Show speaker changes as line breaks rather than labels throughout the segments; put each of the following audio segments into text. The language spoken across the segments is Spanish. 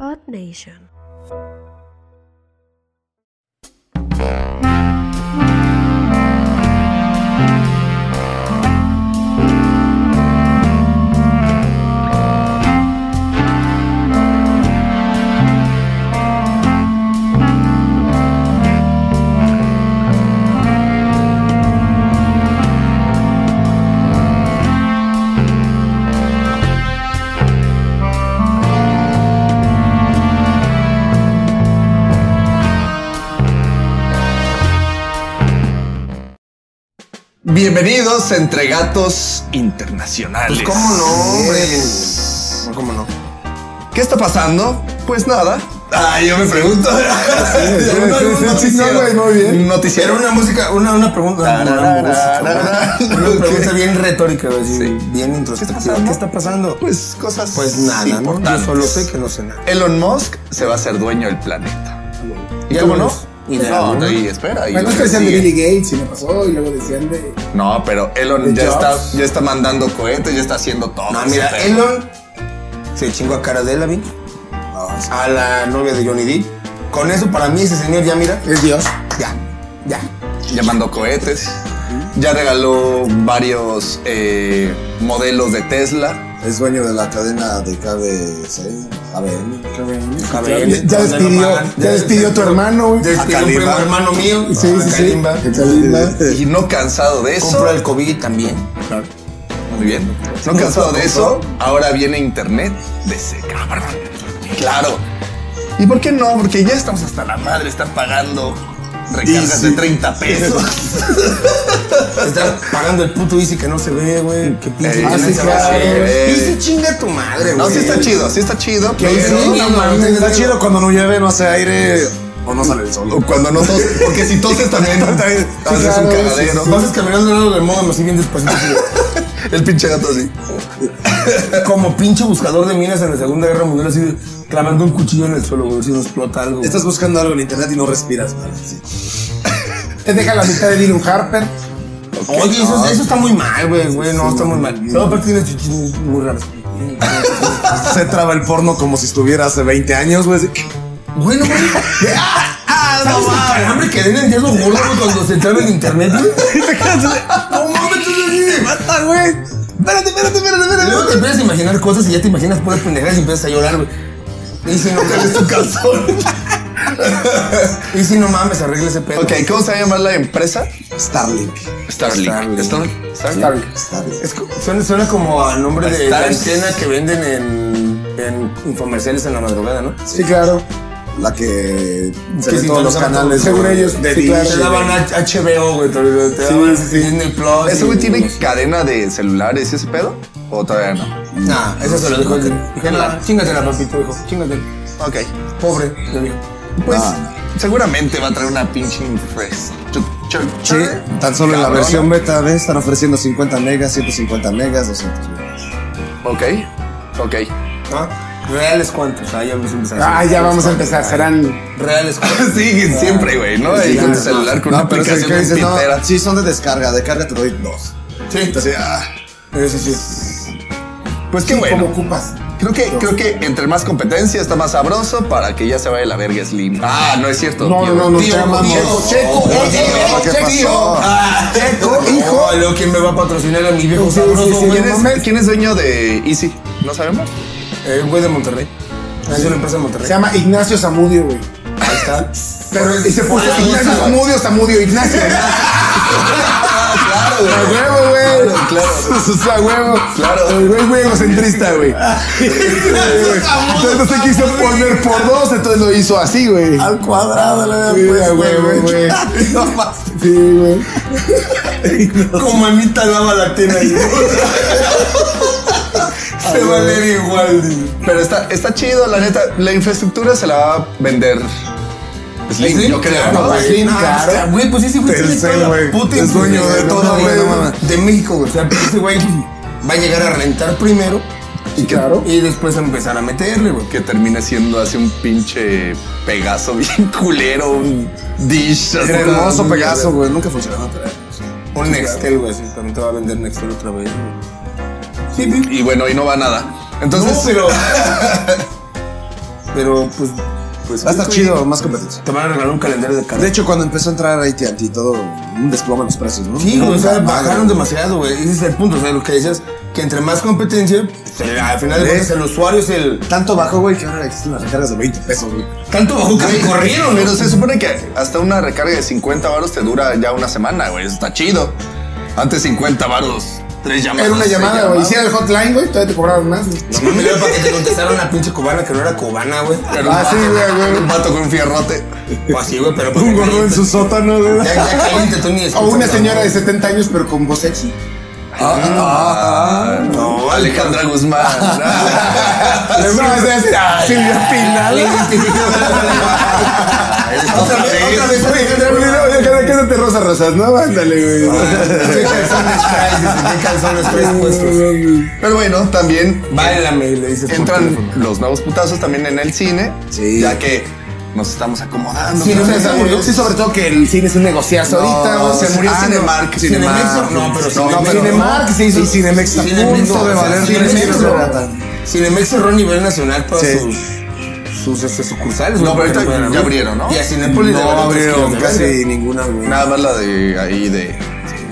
Earth Nation.
Bienvenidos a Entre Gatos Internacionales.
Pues cómo no, hombre.
Yes.
No, ¿Cómo no?
¿Qué está pasando? Pues nada.
Ah, yo me pregunto.
sí, sí,
Un
sí, sí,
noticiero.
no, güey, muy bien.
Un Noticiero, una música, una, una pregunta.
Tararara,
Una
ok.
pregunta bien retórica, güey, así,
Sí.
bien introspectiva.
pasando?
¿Qué está pasando?
Pues cosas.
Pues nada, ¿no? Yo
importantes.
solo sé que no sé nada.
Elon Musk se va a hacer dueño del planeta.
¿Y
cómo
algunos?
no?
¿Y de
no,
algunos?
y espera. y
Bueno, es
lo que
que decían de
sigue.
Billy Gates y me pasó, y luego decían de.
No, pero Elon
De
ya
Jobs.
está, ya está mandando cohetes, ya está haciendo todo.
No, mira,
ese pedo.
Elon se chingó a Cara Delevingne, a la novia de Johnny Depp. Con eso, para mí, ese señor ya, mira,
Es Dios.
ya, ya.
ya mandó cohetes, ya regaló varios eh, modelos de Tesla.
Es dueño de la cadena de KBC, ABM.
Ya,
KBN,
ya
¿dónde lo
despidió,
pagan?
ya despidió a tu hermano, güey.
Ya despidió a un primo
Kalimba.
hermano mío.
Sí, sí,
a
sí.
Kalimba.
El Kalimba.
Y no cansado de eso.
Compró el COVID también.
Muy bien. No cansado de eso, ahora viene internet de ese cabrón. Claro. ¿Y por qué no? Porque ya estamos hasta la madre, están pagando recargas
Easy.
de 30 pesos.
Está pagando el puto Easy que no se ve, güey. Qué pinche.
Eh,
violencia
sí,
va a
claro.
ser, güey.
Sí,
Easy chinga tu madre, güey.
No, sí está chido, sí está chido.
Que
pero-
sí, no mames,
Está chido cuando no llueve, no hace aire o no sale el sol.
O cuando no tos, porque si toses también haces un
Claro,
cagadero.
sí, sí. Pasas caminando al lado del módem así bien despacito. así
El pinche gato así.
de- como pinche buscador de minas en la Segunda Guerra Mundial, así de- clavando un cuchillo en el suelo, güey. Si no explota algo. güey.
Estás buscando algo en internet y no respiras, ¿verdad? Sí.
Te deja la mitad de Dylan Harper.
Oye, eso, eso está muy mal, güey, güey. No, está muy mal. No, aparte tiene chichis muy- muy raras.
Se traba el porno como si estuviera hace 20 años, güey.
Bueno, güey. ¡Ah! ¡Ah! ¡No mames! El hambre que deben de los gordos güey, cuando se traba el internet, güey. ¡No mames! tú así de-
¡Mata, güey! Espérate, espérate, espérate,
Y Luego te
espérate.
empiezas a imaginar cosas y ya te imaginas puras pendejadas y empiezas a llorar, güey. Y si no mames tu calzón. y si no mames, arregla ese pedo.
Ok, ¿cómo se llama la empresa?
Starlink.
Starlink.
Starlink.
Starlink. Starlink.
Starlink.
Starlink.
Es co- suena, suena como a nombre de la
Starlink.
antena que venden en, en infomerciales en la madrugada, ¿no?
Sí, claro.
La que se
Que
ve
si
todos los
te lo sacan
canales.
todo.
Según
güey,
ellos,
de
sí, claro.
Te
Disney.
daban H- HBO, güey. Te, te daban
sí, sí.
Disney Plus.
¿Ese güey
y-
tiene cadena de celulares y ese pedo? ¿O todavía no?
Nah, eso se lo dijo el. Dije, nah, chingatela, papito, hijo. Chingatela.
Ok.
Pobre, le dijo.
Pues
Ah.
seguramente va a traer una pinche infraestructura.
Sí, tan solo en la
Cabrona.
versión beta B están ofreciendo 50 megas, 150 megas, 200 megas.
Ok. Ok.
¿Ah? ¿Reales cuántos? Ah, ya vamos a empezar.
Ah, ya vamos a empezar. Serán.
Reales cuántos.
Sí, siempre, güey, ¿no? Ahí
Sí,
con tu
no,
celular con una
No, pero es
aplicación
que dices, no,
pintera.
sí son de descarga, de carga te doy dos.
Sí,
Entonces, ah,
Eso sí.
Pues qué
Sí,
bueno.
Como ocupas.
Creo que, creo que entre más competencia está más sabroso para que ya se vaya la verga Slim. Ah, no es cierto.
No,
tío.
no, no,
Tío,
ya vamos.
tío,
Checo,
tío,
oye,
tío,
¿qué
tío,
pasó?
tío.
Ah, Checo, hijo. Oh, luego, ¿quién me va a patrocinar a mi viejo
Sí, sí,
sabroso,
sí,
güey?
¿Quién es, quién es dueño de Easy? ¿No sabemos?
Eh, güey de Monterrey. Es una empresa de Monterrey.
Se llama Ignacio Zamudio, güey.
Ahí está.
Pero y se puso
Ah,
Ignacio
sí,
Zamudio, Zamudio, Ignacio.
Ah, claro,
A huevo, güey.
Claro, claro.
O sea, a huevo.
Claro.
El güey muy egocentrista, güey. Entonces se quiso poner por dos, entonces lo hizo así, güey.
al cuadrado
Ah,
le
Sí,
había
pues,
a
puesto,
huevo, güey.
No más.
Sí, güey.
Como Anita lava la tela. Se va a leer igual. dice.
Pero está, está chido, la neta. La infraestructura se la va a vender. Slim,
Sí,
yo creo,
claro,
¿no?
güey.
Slim,
Ah,
claro.
o sea, Güey, pues ese güey tiene
Telcel,
toda la
güey.
puta
Es dueño de
influencia,
todo,
¿no?
güey, no mames.
De México, güey. O sea, ese güey va a llegar a rentar primero
Sí, claro.
y después a empezar a meterle, güey.
Que termine siendo así un pinche Pegaso bien culero, un dish. así
Era hermoso
todo.
Pegaso, güey. Nunca funcionó.
Un Nextel, güey. Sí, también te va a vender Nextel otra vez, güey. Sí, sí.
Y bueno, ahí no va nada. Entonces,
No, pero- Pero pues. pues
Va a estar
güey,
chido, más competencia.
Te van a regalar un calendario de
De
carrera.
hecho, cuando empezó a entrar AT&T y todo, un desploma en los precios, ¿no?
Sí, güey, o sea,
Puta
bajaron
madre.
demasiado, güey. Ese es el punto, o sea, lo que decías, que entre más competencia, pues, el- al final de
¿Ves?
cuentas, el usuario es el.
Tanto bajó, güey, que ahora existen las recargas de 20 pesos, güey.
Tanto bajó que
Güey,
se corrieron,
Pero
güey.
se supone que hasta una recarga de 50 varos te dura ya una semana, güey. Eso está chido. Antes 50 varos, tres llamadas.
Era una
seis
llamada, güey.
llamadas.
Hicieron el hotline, güey. Todavía te cobraron más, güey.
No mames, era para que te contestara una pinche cubana que no era cubana, güey. Pero
Ah, sí, güey,
Un
güey.
vato con un fierrote.
Pues así, güey, pero pues.
Un
ya
gordo en
caliente-
su sótano, güey.
Ya, ya caliente, tú ni escuchas,
O una
güey.
señora de 70 años, pero con voz sexy.
Ah, no, Alejandra Guzmán.
Además de esa, Silvia Pinal.
Ah, eres
Otra vez, otra vez, Alejandra,
Güey,
güey.
no, ya cada- Quédate rosa, rosas, ¿no? Ándale, güey.
¿Qué calzones traes? Dice, ¿Qué calzones traes puestos?
Pero bueno, también
Báilame, le dices. por teléfono.
entran los nuevos putazos también en el cine.
Sí.
Ya que nos estamos acomodando.
Sí, no
Entonces,
sé,
estamos-
sí, sobre todo que el cine es un negociazo ahorita.
No,
o sea,
se murió
ah, no.
Cinemark.
Cinemex, no, pero Cinemex-
Cinemark se hizo.
Y Cinemex está a
Cinemex,
punto de
o sea,
valer
Cinemex,
tres kilos de
bro.
plata.
Cinemex cerró a nivel nacional todas
Sí.
sus, sus este, sucursales.
No,
güey,
pero ahorita
bueno,
ya
¿no?
abrieron, ¿no?
Y a Cinépolis le
No
valió tres kilos
abrieron
de
casi
verga.
ninguna, güey.
Nada más la de ahí de.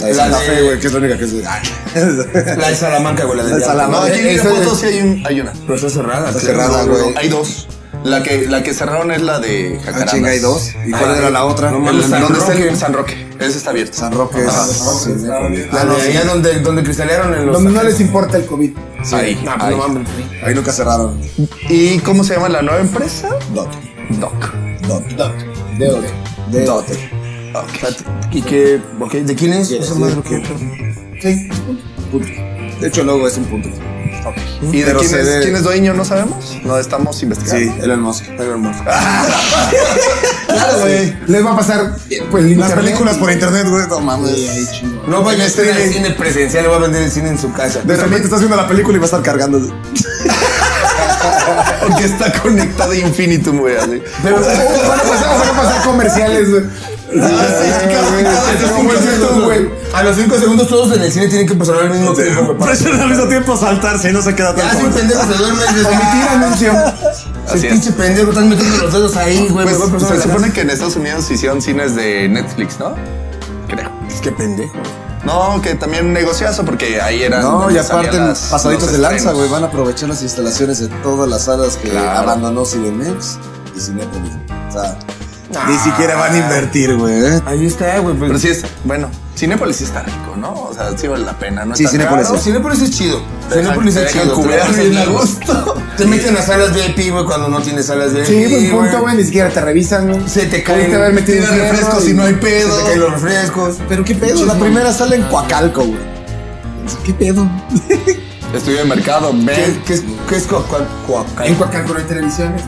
La de
La
Santa
de-
Fe, güey, que es la única que es de.
La de Salamanca, güey, la de
La de
Yala.
No,
Salamanca.
aquí en
esa es-
Irapuato sí hay, un- hay una.
Pero está cerrada. Está
cerrada, güey.
Hay dos. La que, la que cerraron es la de Jacarandas.
Ah, chinga, hay dos. ¿Y cuál
Ah,
era la otra?
no
El-
mames, San
¿Dónde está
Roque.
el San Roque? Ese está abierto.
San Roque es.
Ajá.
sí, de-
Ah, La de allá donde, donde cristalearon en los.
Donde no les importa el COVID.
Sí, ahí,
Ah, pues
ahí.
no mames.
Ahí nunca cerraron.
¿Y cómo se llama la nueva empresa?
Dot.
Doc.
Dot.
Dot. Dedo.
Dot. Dot.
¿Y qué? ok, ¿De quién es? Esa madre, ¿qué?
Sí.
Punto. De hecho, el logo es un punto.
¿Y de
Pero
quién
se
es,
debe-
quién es dueño? No sabemos. No estamos
Sí,
investigando.
Elon Musk. Elon Musk.
Claro, güey. Les va a pasar eh, pues, el
Las
internet.
películas por internet, güey, no
Sí, ahí
mames.
chingo.
No vaya a estar en el
streaming.
cine presencial, va a vender el cine en su casa.
De repente estás viendo la película y va a estar cargando.
Porque está conectado a Infinitum, güey. así.
Pero van a pasar, van a pasar comerciales, güey.
Ah,
cabrón,
Sí,
cada
como
cinco
el
segundos,
Zoom, güey.
A los 5 segundos todos en el cine tienen que pasar al mismo tiempo. papá.
pues,
Presiona al mismo tiempo saltarse y no se queda
Ya si un pendejo se duerme y dices,
Omitir anuncio.
Así
Ese
es.
pinche pendejo, estás metiendo los dedos ahí, güey.
Pues,
mejor persona
se
de la
supone que en Estados Unidos hicieron cines de Netflix, ¿no? Creo.
casa. Es que pendejo.
No, que también negociazo porque ahí eran.
No,
donde
y aparte
salían las-
pasaditos
los
de lanza,
estrenos.
güey. Van a aprovechar las instalaciones de todas las salas que
Claro.
abandonó Cinemex y Cinepolis. O sea, ni siquiera van a invertir, güey. ¿eh?
Ahí está, güey. pues.
Pero
Pero
sí es, bueno, Cinépolis sí está rico, ¿no? O sea, sí vale la pena, ¿no?
Sí,
Está
Cinépolis
caro.
sí.
Cinépolis es chido. Cinépolis
te
es
dejan
chido. te
cubrir
la pasas
bien a
güey.
gusto.
Te meten a salas VIP, güey, cuando no tienes salas VIP.
Sí, buen punto, güey. Ni siquiera te revisan, güey.
Se te
Pudiste
caen
haber metido
se te
un fierro
refrescos y
y-
no hay pedo. Se te caen los refrescos.
Pero qué pedo, la primera sala en Coacalco, güey. ¿Qué pedo?
Estudio de mercado,
¿Qué,
ven.
qué es, qué es Coacalco?
En Coacalco no hay televisiones.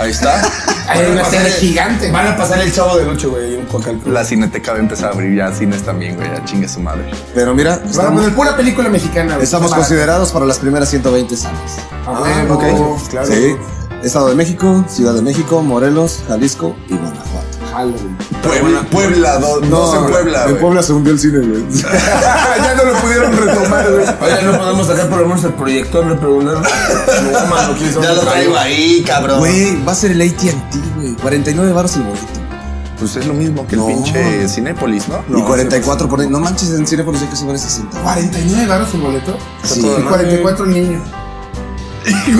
Ahí está.
Hay una tele gigante.
Van a pasar el chavo de lucho, güey, en Coacalco.
La cineteca va a empezar a abrir ya cines también, güey. Ya chingue su madre.
Pero mira,
Van a
estamos,
poner pues, pura película mexicana, güey.
estamos
Para-
considerados para las primeras 120 salas. Ah,
A huevo.
ok.
Claro.
Sí. Estado de México, Ciudad de México, Morelos, Jalisco y Guanajuato.
Halloween.
Puebla, Puebla, do- dos en Puebla,
En
güey.
Puebla se hundió el cine, güey.
ya no lo pudieron retomar, güey.
Oiga, no podemos sacar por lo menos el proyector, le preguntaron. No, mano, ¿quién sabe
Ya lo
dónde
traigo ahí, cabrón.
Güey, va a ser el ATT, güey. 49 baros el boleto.
Pues es lo mismo que
No.
el pinche Cinépolis, ¿no?
y 44 por. No manches, en Cinepolis hay que subir a 60.
49 baros su boleto.
Sí.
Y 44 niños.
Y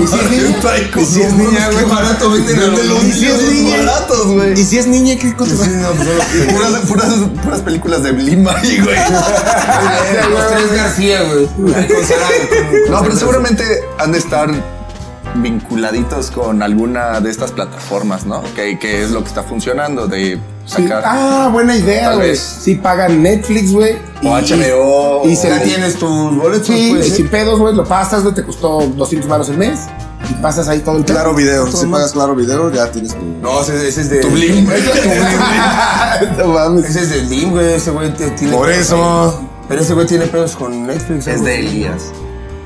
si es niña,
Y si es niña,
Qué
güey.
barato venden a los
Véndelo,
niños.
y si es niña.
baratos, güey.
Y si es niña, ¿qué cosa?
Sí, no, pues,
Y Puras, puras, puras películas de Blima, güey.
Los tres García, güey. Con Sara, con-
No, pero
con Sara.
seguramente han de estar vinculaditos con alguna de estas plataformas, ¿no? Que, que es lo que está funcionando de
Sí.
sacar
Ah, buena idea,
Tal
güey.
vez.
Sí, pagan Netflix, güey.
o HBO
y se
o-
la
Ya tienes tus boletos,
Sí,
pues,
y
¿eh?
sin pedos, güey. Lo pasas, güey. Te costó 200 baros el mes. Y pasas ahí todo el pedo.
Claro video.
Todo
Si
mal.
pagas claro video, ya tienes tu.
No, ese, ese es de.
tu Blim.
No mames.
Ese es del DIM, güey. Ese güey te- tiene.
Por eso.
Pero ese güey tiene pedos con Netflix.
Es
güey.
de Elías.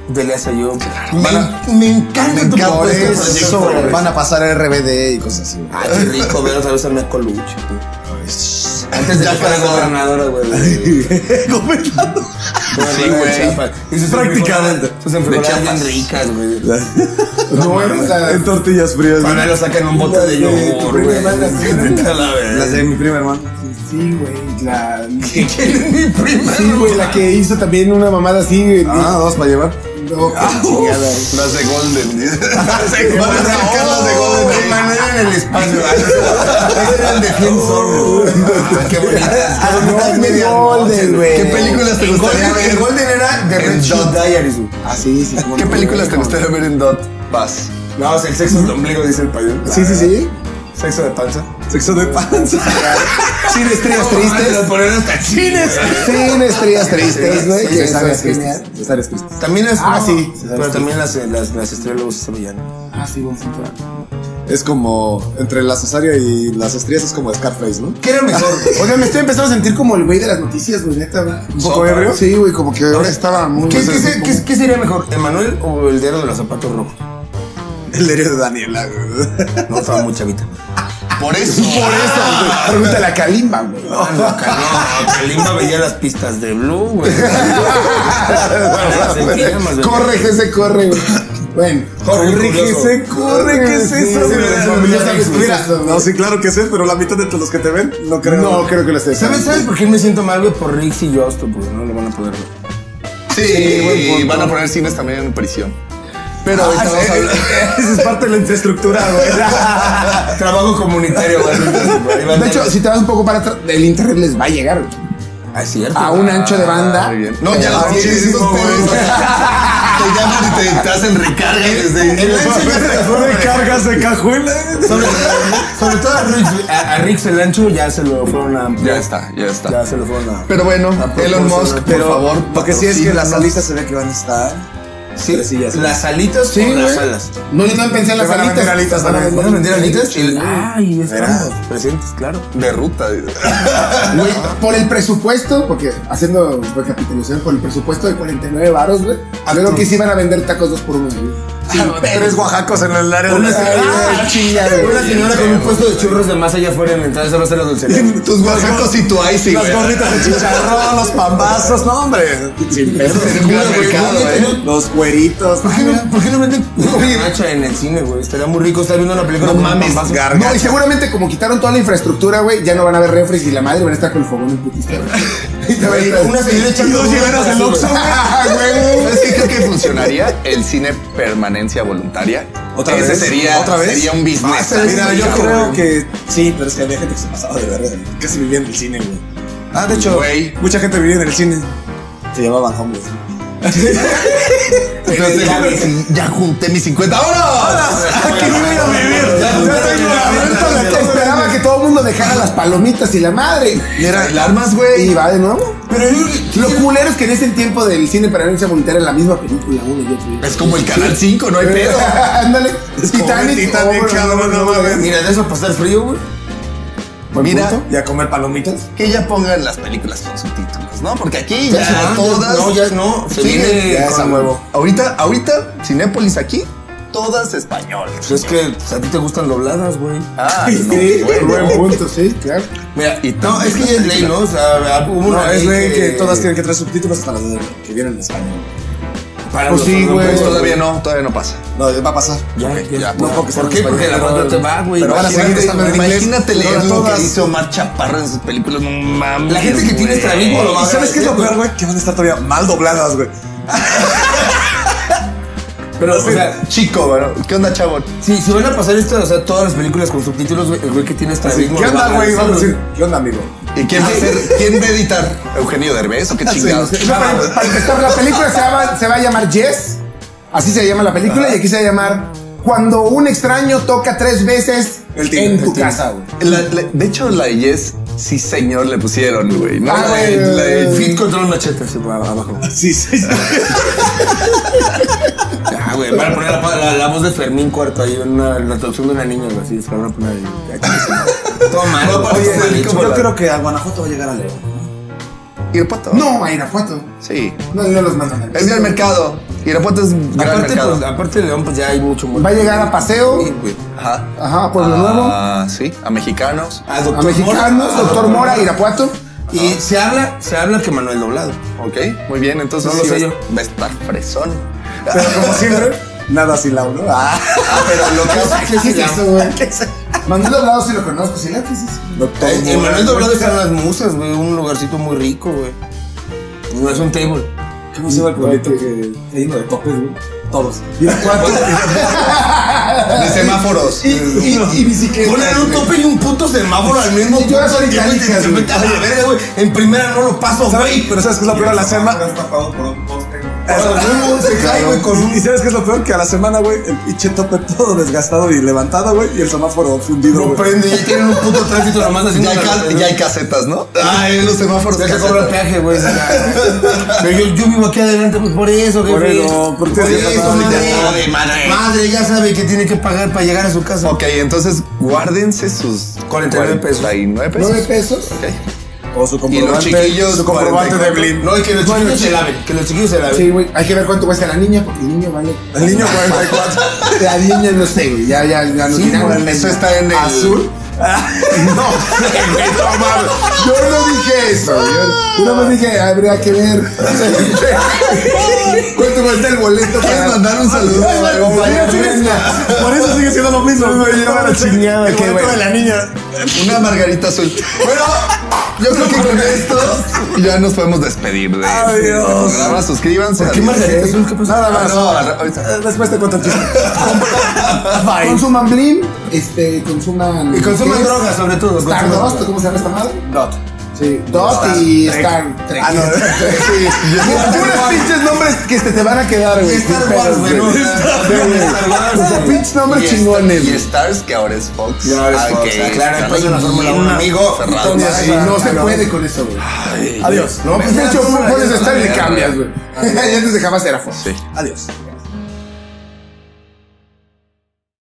De Elías Ayub.
Van
Me,
a-
me encanta tu
Por
propuesta,
pues, eso
proyecto, güey.
van a pasar RBD y cosas así. Ah,
Ay, Ah, qué rico ver otra vez a Mia Colucci.
pues,
güey. Antes de que fuera gobernadora, güey.
Sí, güey.
Prácticamente.
Sus enfermedades
De
bien
chapas.
ricas, güey.
No, o
Ah,
sea,
en tortillas frías.
Cuando lo sacan un bote de
Sí, tu
yogur, güey.
prima manda así.
Vete a la verga.
Las de mi prima hermana.
Pues Sí, güey. La...
¿Quién es mi prima?
Sí, güey, la que hizo también una mamada así. güey.
Ah, dos para llevar.
No,
Ah,
qué chingada.
Las de Golden. Las de
Golden.
Me mandaron en el espacio. Ese era el defensor. güey. Ah, Qué bonitas.
No,
Las
es
medias noches,
Golden, güey.
¿Qué películas te gustaría
Golden, el
ver?
Golden era de
El
Red Shoe
Dot.
Diaries. güey.
Ah, sí, sí. cómo
¿Qué
no,
películas te
güey.
gustaría ver en Dot? Paz.
No, o sea, el sexo es el ombligo, dice el payón.
Sí, sí, sí.
Sexo de panza.
Sexo de panza.
Sin estrellas
Los
tristes.
ponen hasta chines.
Sin estrellas tristes, güey.
Sí,
Que eso
Cesáreas
es
tristes.
genial.
Cesáreas tristes.
También las.
Ah, sí.
Pero también las, las, las estrellas luego se veían.
Ah, sí, buen punto.
Es como entre la cesárea y las estrías es como Scarface, ¿no?
¿Qué era mejor? Oiga, me estoy empezando a sentir como el güey de las noticias, güey, neta. güey. ¿Un
Sopa.
Sí, güey, como que ahora estaba muy...
¿Qué,
o sea,
qué se-
como-
qué- qué sería mejor, Emanuel o el diario de los zapatos rojos?
El héroe de Daniela, güey.
No, estaba muy chavita.
Por eso. Por
Esa, güey. Pregúntale a Kalimba, güey.
No, no, no, Kalimba veía las pistas de Blue, güey. Las enfermas, güey.
Corre, que se corre, güey. Bueno.
Corre, que se
corre,
¿qué es eso, güey?
Ya sabes,
Sí,
mira.
sí, sí.
No, sí, claro que sé, pero la mitad de los que te ven, no creo.
No, creo que lo sé.
¿Sabes, ¿Sabes por qué me siento mal, güey? Por Rix y Justo, porque no lo van a poder ver.
Sí, van a poner cines también en prisión. Pero ahorita
Ah,
vamos a hablar.
Esa es parte de la infraestructura, güey.
Trabajo comunitario, güey. Ahí van
De hecho,
a-
si te vas un poco para atrás, el internet les va a llegar, güey.
Ah, es cierto.
A un ancho de
Ah,
banda.
Muy bien. Eh, No, ya
Pero-
la tienes, esos
muchísimo,
pedos.
güey.
Te llaman y te, te hacen recarga desde ahí.
el ancho ya se transforma en
cargas de cajuela.
Sobre, sobre todo a Rix, güey. a, a Rix el ancho ya se lo fueron a.
Ya está, ya está.
Ya se lo fueron a.
Pero bueno, Elon Musk, por favor.
Lo que sí es que las
patrocínanos.
salitas se ve que van a estar.
Sí,
sí, ya sé.
las alitas
Sí,
sí,
güey.
las alas.
No, yo también pensé en las
Te van a
alitas.
vender alitas
Van a
también.
Van a vender alitas y.
Ah,
Ay,
estamos
presentes, claro.
De ruta.
Güey, por el presupuesto, porque haciendo recapitulación, por el presupuesto de 49 varos, güey, creo que sí van a vender tacos dos por uno, güey.
Tres oaxacos en el área
Ah, Una,
de
Ay,
señora-
güey, chinga, güey.
una señora con un puesto de churros de más allá afuera y mientras solo se los dulcería.
Tus guasacos y tu icy,
Las gorritas de chicharrón, los pambazos, no, hombre. Sin pedo.
Es un gran mercado, eh.
Los cueritos.
¿Por qué no, ¿por qué no venden garnacha en el cine, güey? Estaría muy rico estar viendo una película
No
con
mames,
pambazos.
garnacha.
No, y seguramente como quitaron toda la infraestructura, güey, ya no van a haber refres y la madre van a estar con el fogón en putista, güey.
Güey, Una señora
Y
echando
dos llegaras del Oxxo, güey.
Ah,
¿Sabes qué creo que funcionaría? El cine permanencia voluntaria.
¿Otra
Ese
vez?
Sería,
¿Otra vez?
Sería un business.
Basta, Mira, yo
Güey.
creo que sí, pero es que había gente que se pasaba de verga. Casi vivía en el cine, güey. Ah, de hecho,
Güey.
mucha gente vivía en el cine. Se llamaban homeless.
Entonces,
Ya, güey,
ya, junté mis 50. ¡Vámonos!
Aquí Ah, no voy a vivir.
Ya tengo la renta,
Entonces, Esperaba que todo el mundo dejara las palomitas y la madre.
Mira, el armas, güey.
Y va de nuevo.
Pero yo
Lo culero es que en ese tiempo del cine para violencia voluntaria la misma película, uno y otro. y otro.
Es como el canal 5, no hay pedo.
Ándale.
Es como el Titanic,
oh,
cabrón, no mames.
Mira, de eso a pasar frío, güey.
Buen
Mira,
punto.
¿Y a comer palomitas?
Que ya pongan las películas con subtítulos, ¿no? Porque aquí ya
Ah,
todas.
No, ya no. Se
Sí,
viene
ya es a
con-
huevo. Ahorita, ahorita, Cinépolis aquí, todas españolas.
Pues Es que a ti te gustan dobladas, güey.
Ah,
Sí,
no,
sí,
bueno.
Buen punto, sí, claro.
Mira,
Y
no, es que ya es ley, ¿no? O sea, hubo una
No, es ley que
que-
todas tienen que traer subtítulos hasta las de- que vienen en español.
Para
Pues
los
sí, güey.
Pues
europeos,
todavía no, todavía no pasa.
No, va a pasar.
Ya, ya,
ya,
no,
no,
porque
porque ¿Por
están
qué?
en
Porque la
español.
cuenta te va, güey.
Pero ahora
Imagínate-
sí, seguir estando en inglés.
imagínate leer
Ahora
lo que
todas.
hizo Omar Chaparro en sus películas. No mames.
La gente que tiene
güey.
estrabismo lo va a
¿Y sabes qué es lo
güey.
peor, güey? Que van a estar todavía mal dobladas, güey.
Pero, o sea,
Chico, bueno, ¿qué onda, chavo?
si, si van a pasar esto, o sea, todas las películas con subtítulos, güey, el güey que tiene
Así,
estrabismo.
¿Qué
lo va
onda, güey?
analizar,
Vamos a decir, ¿qué onda, amigo?
¿Y quién va a ser? ¿Quién va a editar? ¿Eugenio Derbez o qué chingados?
No, para, para empezar, la película se va, se va a llamar Yes. Así se llama la película. Y aquí se va a llamar Cuando un extraño toca tres veces
El tigre,
en
el
tu
tigre.
casa, güey.
La- la- de hecho, la Yes, sí señor, le pusieron, güey. ¿no?
Ah,
La-
güey.
la-
El fit contra un machete así, va- abajo.
Sí, sí. sí.
Ah, güey, van a poner la, la- la voz de Fermín Cuarto ahí en una, en la traducción de una niña, güey, así, es que van a poner ahí. Todo mal,
No,
güey,
aparte
todo
es
mal
el
hecho,
como
Yo
güey.
creo que a Guanajuato va a llegar a León.
Irapuato.
No, a Irapuato.
Sí.
No, no los mandan. a-
Es gran mercado. Irapuato es gran
Aparte,
mercado.
pues, aparte de León, pues ya hay mucho
Va a llegar a Paseo.
Sí, güey.
Ajá.
Ajá, a Pueblo Nuevo.
Ah, sí, a mexicanos.
A
A
Doctor Mora.
mexicanos, Doctor Mora, Irapuato.
Y se habla, se habla que Manuel Doblado.
Ok, muy bien. Entonces
No lo
sí
sé
va-
yo.
va a estar fresón.
Pero como siempre, nada sin Lauro. Ah,
Ah, pero lo que hace
¿Qué es eso, güey? Manuel Doblado sí lo conozco, ¿sí? ¿Qué es eso?
doctor.
En en Manuel Doblado están las musas, güey. Un lugarcito muy rico, güey. No es un table.
¿Cómo se llama el pueblito que está lleno de topes, güey? Todos. Y el cuarto.
de semáforos.
Ah, Y, y, y bicicleta.
Ponen un tope y un puto semáforo al mismo
Y llevas
tiempo, y te
oricálicas, güey.
metes- Oye, verga, güey. En primera no lo paso, güey.
Pero ¿sabes qué es lo peor? A la semana.
tapado por un poste.
Se cae, güey, con un- Y sabes qué es lo peor que a la semana, güey, el pinche tope todo desgastado y levantado, güey, y el semáforo fundido,
No
güey.
prende, ya tienen un puto tránsito nomás haciendo
Ya hay, ca- ya hay casetas, ¿no?
Ah,
Ay, los semáforos.
Ya te
casetas.
cobra el peaje, güey. Pero yo, yo vivo aquí adelante, pues por eso, jefe.
Por eso, ¿por qué?
Por eso, madre.
Madre, madre.
Madre, ya sabe que tiene que pagar para llegar a su casa.
Ok, entonces guárdense sus
49 pesos.
49 pesos.
¿Nueve pesos?
Ok.
O su
Y los
comprobante,
chiquillos.
su comprobante de
44.
blind.
No, y que los chiquillos se laven. Que los chiquillos se laven.
Sí, güey. Hay que ver cuánto cuesta la niña, porque el niño vale.
El niño 44.
La niña no sé, güey. Ya, ya, ya nos
Sí,
dirán,
güey,
güey.
eso está en el-
Azul.
No,
No mames, Yo no dije eso. Yo, yo no dije, habría que ver. ¿Cuánto cuesta el boleto?
¿Quieres
Para...
mandar un saludo a la compañera?
por eso sigue siendo lo mismo. Me lleva la chingada. El
qué
boleto de la niña.
Una margarita azul. Bueno, yo creo que con esto ya nos podemos despedir de este
Adiós.
programa. Suscríbanse.
¿Qué
adiós.
margarita azul? ¿Qué pasa?
Nada más.
Ah, no,
Eh, Después te cuento el chiste. Bye.
Consuman Blim, este, consuman.
Y consuman
¿qué es?
drogas, sobre todo.
Star
consuman-
Dust, ¿cómo se llama esta madre?
Dot.
Sí, Dot y Star Trek.
Ah, no.
Sí,
Puros pinches nombres que se te van a quedar, güey.
Star
sin
Wars,
pedos,
güey. ¿no? Star Wars.
O sea, pinches nombres
Y
chingones.
Star- Y Stars, que ahora es Fox.
Y ahora es
Ah,
Fox,
que
ah, claro,
está
después de
la Fórmula
un
Uno.
amigo ferrado.
Entonces,
Ah,
no se
claro.
puede con eso, güey.
Adiós.
No, pues de hecho,
Fórmula
pones
es
Star y le
una
cambias, güey. Y antes dejabas Serafos.
Adiós.